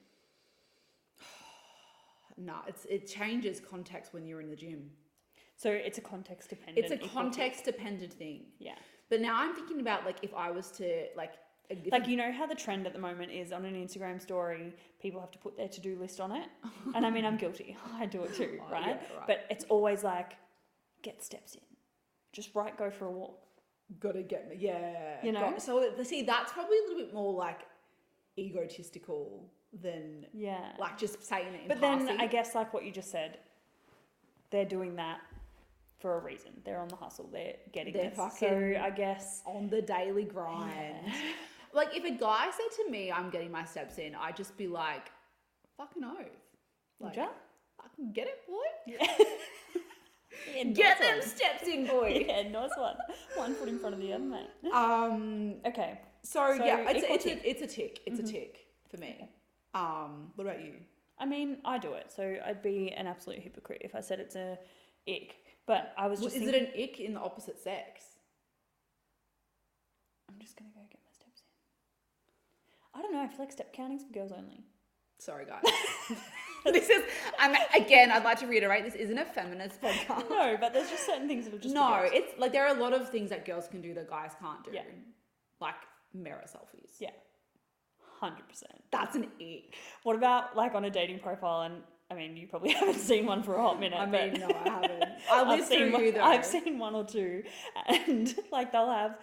Nah, it's it changes context when you're in the gym. So it's a context dependent. It's a equal to- context dependent thing. Yeah. But now I'm thinking about like if I was to like if- Like you know how the trend at the moment is on an Instagram story, people have to put their to do list on it, and I mean I'm guilty. I do it too, Oh, right? yeah, right. But it's always like, get steps in. Just right, go for a walk. gotta get me. Yeah, You know? got- so th- see, that's probably a little bit more like egotistical than Yeah. like just saying it. In But then passing. I guess like what you just said, they're doing that for a reason. They're on the hustle. They're getting They're this. fucking- So I guess on the daily grind. Like if a guy said to me, "I'm getting my steps in," I'd just be like, "Fucking oath, like, yeah. fucking get it, boy. Yeah, nice Get them one. steps in, boy." Yeah, nice one. One foot in front of the other, mate. um. Okay. So, So, yeah, it's, equal Mm-hmm. it's a it's a tick. It's a tick for me. Um. What about you? I mean, I do it, so I'd be an absolute hypocrite if I said it's a ick. But I was Is just it thinking, an ick in the opposite sex? I'm just gonna go get my steps in. I don't know. I feel like step counting's for girls only. Sorry, guys. this is and again. I'd like to reiterate. This isn't a feminist podcast. No, but there's just certain things that are just for no, girls. it's like there are a lot of things that girls can do that guys can't do. Yeah. Like mirror selfies. Yeah. hundred percent. That's an ick. What about like on a dating profile? And I mean, you probably haven't seen one for a hot minute. I but mean, no, I haven't. I live I've seen through you one, though. I've seen one or two, and like they'll have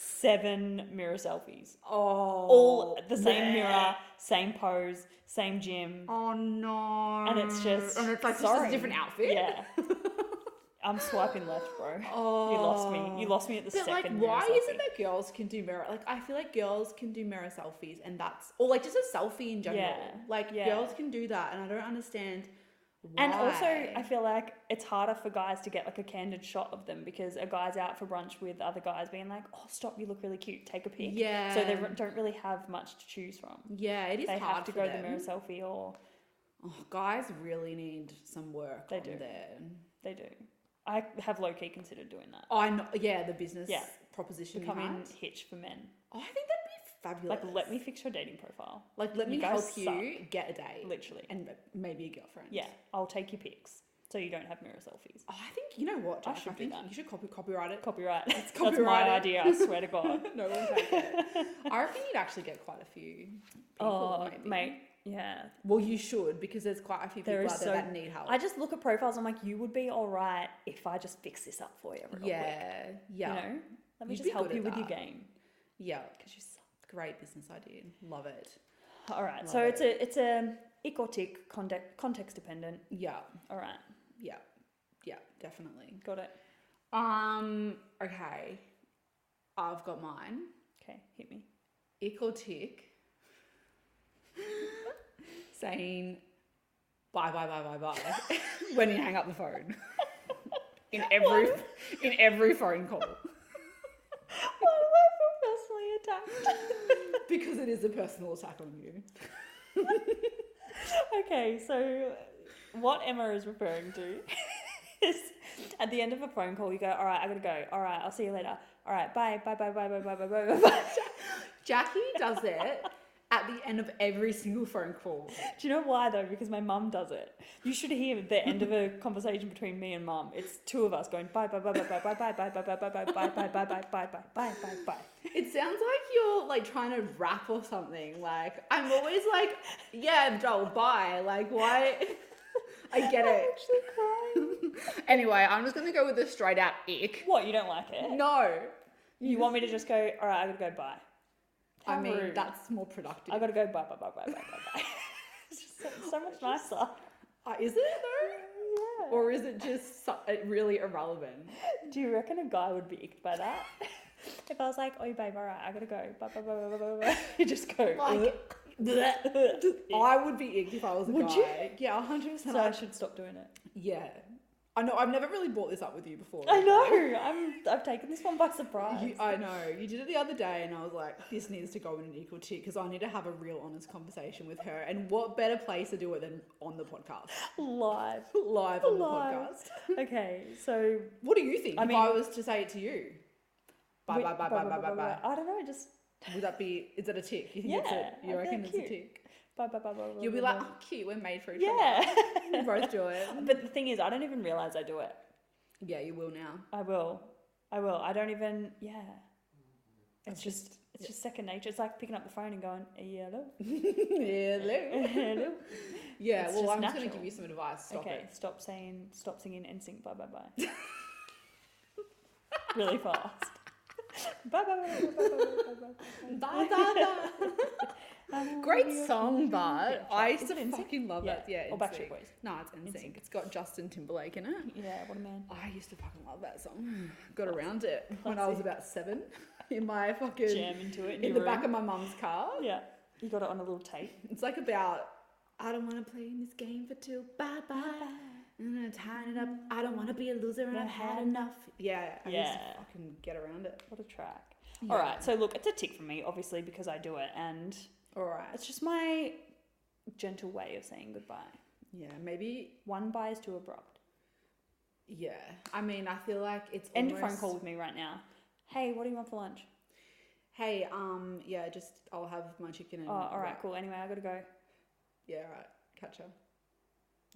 seven mirror selfies, oh, all the same yeah. mirror, same pose, same gym, Oh no! and it's just and it's like just sorry. a different outfit. Yeah, I'm swiping left, bro. Oh, You lost me. You lost me at the But second. like, mirror why is selfie. it that girls can do mirror? Like, I feel like girls can do mirror selfies, and that's or like just a selfie in general. Yeah. Like Yeah. girls can do that, and I don't understand. Why. And also, I feel like it's harder for guys to get like a candid shot of them because a guy's out for brunch with other guys being like, "Oh, stop! You look really cute. Take a pic." yeah, So they re- don't really have much to choose from. yeah, it is they hard have to for go them. the mirror selfie, or Oh, guys really need some work. They on do. There. they do. I have low key considered doing that, Oh, I know. Yeah, the business Yeah. proposition. becoming part. hitch for men. Oh, I think that'd be fabulous. Like, let me fix your dating profile, like let you me help guys you get a date literally. and ma- maybe a girlfriend. Yeah, I'll take your pics, so you don't have mirror selfies. Oh, I think you know what, I Josh. I, should do think that. you should copy copyright it. Copyright. It's That's my copyrighted. idea. I swear to God. no one take it. I reckon you'd actually get quite a few. People, oh, maybe. mate, Yeah. Well, you should because there's quite a few There people is out there so- that need help. I just look at profiles. I'm like, you would be all right if I just fix this up for you. Real Quick. yeah, yeah, You know, let me You'd be just help good you at with your that. game yeah. because you suck. Great business idea. Love it. All right. Love so it's it. a it's a ick or tick context context dependent. Yeah, All right. yeah, yeah. Definitely. Got it. Um. Okay. I've got mine. Okay. Hit me. Ick or tick. saying bye bye bye bye bye when you hang up the phone. in every in every phone call. Why do I feel personally Because it is a personal attack on you. attacked? okay, so what Emma is referring to is at the end of a phone call, you go, all right, I gotta go. All right, I'll see you later. All right, bye, bye, bye, bye, bye, bye, bye, bye, bye, bye. Jackie does it at the end of every single phone call. Do you know why though? Because my mum does it. You should hear the end of a conversation between me and mum. It's two of us going bye bye bye bye bye bye bye bye bye bye bye bye bye bye bye bye bye bye bye bye bye. It sounds like you're like trying to rap or something. Like I'm always like, yeah, Joel, bye. Like why? I get it. anyway, I'm just gonna go with the straight out ick. What, you don't like it? No, You want me to just go, all right, I gotta go bye. I How mean rude. that's more productive. I gotta go bye bye bye bye bye bye bye. it's just so, so much nicer. Uh, is it though? Yeah. Or is it just so- uh, really irrelevant? Do you reckon a guy would be icked by that? if I was like, oh babe, all right, I gotta go bye bye bye bye bye bye, bye, you just go. Like, bleh. "Ugh." I would be icked if I was a Would guy. you? Yeah, hundred percent. so I should stop doing it. Yeah, I know. I've never really brought this up with you before. I know. I'm. I've taken this one by surprise. You, I know. You did it the other day, and I was like, this needs to go in an equal tick because I need to have a real honest conversation with her. And what better place to do it than on the podcast? Live. Live on Live. the podcast. Okay. So. What do you think I if mean- I was to say it to you? Bye, we- bye, bye, bye, bye, bye, bye. I don't know. Just Would that be, is that a tick? You think it's Yeah, a, you I'd be reckon like, it's a cute. tick? bye, bye, bye, bye. bye, You'll be bye, like, bye. oh, cute, we're made for each other. yeah. We both do it. but the thing is, I don't even realize I do it. Yeah, you will now. I will. I will. I don't even. Yeah. It's just. It's just second nature. It's like picking up the phone and going, "Hello, Hello. hello." Yeah, It's well, just I'm just going to natural. give you some advice. Stop okay, it. stop saying, stop singing NSYNC, bye bye bye. really fast. bye bye bye bye bye bye bye. bye, bye. Da, da, da. Um, Great you're- song, but Yeah, I is used to it NSYNC? fucking love Yeah, that. Yeah, or NSYNC. Backstreet Boys. No, it's NSYNC. It's got Justin Timberlake in it. Yeah, what a man. I used to fucking love that song. Got around it when I was about seven in my fucking Jam into it in the back of my mum's car. Yeah, you got it on a little tape. It's like about I don't want to play in this game for two. Bye bye. I'm gonna tie it up. I don't want to be a loser, and I've I've had had enough. Yeah, I used Yeah. to fucking get around it. What a track. Yeah. All right, so look, it's a tick for me, obviously, because I do it, and All right. it's just my gentle way of saying goodbye. Yeah, maybe. One bye is too abrupt. Yeah, I mean, I feel like it's End a almost, phone call with me right now. Hey, what do you want for lunch? Hey, um, yeah, just I'll have my chicken and Oh, all right, wrap. cool. Anyway, I gotta go. Yeah, all right. Catch her.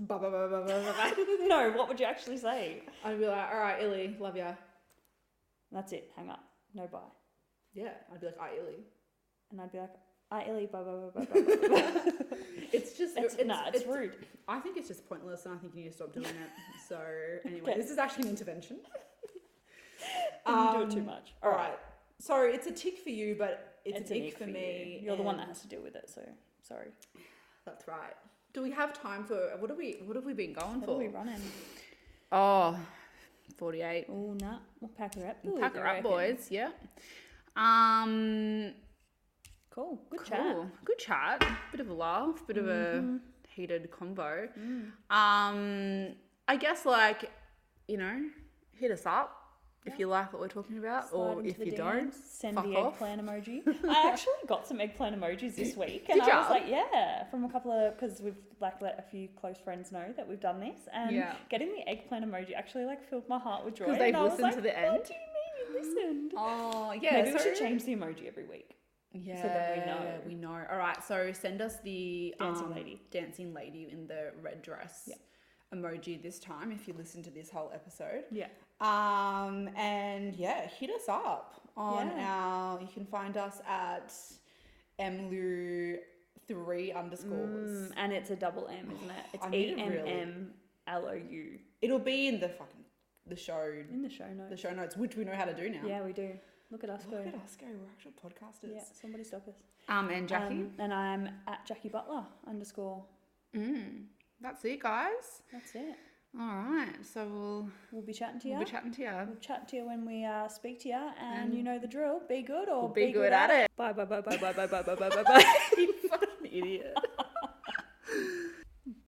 Bye bye bye bye bye bye. bye. No, what would you actually say? I'd be like, all right, Illy, love ya. That's it. Hang up. No bye. Yeah, I'd be like, all right, Illy. And I'd be like, I Illy, bye bye bye bye bye. bye, bye. It's just, it's, nah, it's, rude. I think it's just pointless, and I think you need to stop doing it. So anyway, Okay. this is actually an intervention. you do it too Um, much. All right. So it's a tick for you, but it's, It's an an ick ick for you. me. You're the one that and- has to deal with it, so sorry. That's right. Do we have time for what are we? What have we been going What for? are we running? Oh, 48. Oh, nah. We'll pack her up. Ooh, Pack you her up, reckon? boys. Yeah. Um. Cool. Good cool. chat. Mm-hmm. Good chat. Bit of a laugh. Bit of a heated combo. Um. I guess like, you know, hit us up if you like what we're talking about, Slide or into if the you DMs, don't, send fuck the off. eggplant emoji. I actually got some eggplant emojis this week, and Did I was ya? like, yeah, from a couple of because we've like let a few close friends know that we've done this, and Yeah. getting the eggplant emoji actually like filled my heart with joy. 'Cause they've and I was listened like, to the What do you mean you listened? Oh yeah. Maybe we so- should change the emoji every week. Yeah, that we we know. All right, so send us the Dancing um, lady. dancing lady in the red dress Yeah. emoji this time. If you listen to this whole episode, Yeah. um, and yeah, hit us up on Yeah. our. You can find us at Emlu three underscores. Mm, and it's a double M, isn't it? It's I E need to M really- M L O U It'll be in the fucking the show in the show Mm. the notes. show notes, which we know how to do now. Yeah, we do. Look at us Look go. at us go. We're actual podcasters. Yeah, somebody stop us. Um, and Um, and I'm at Jackie Butler underscore. Mm, that's it, guys. That's it. All right. So we'll, We'll be chatting to you. we'll be chatting to you. We'll chat to you when we uh, speak to you, and And- you know the drill. Be good or Be good at Bye bye bye bye bye bye bye bye bye bye. you fucking idiot.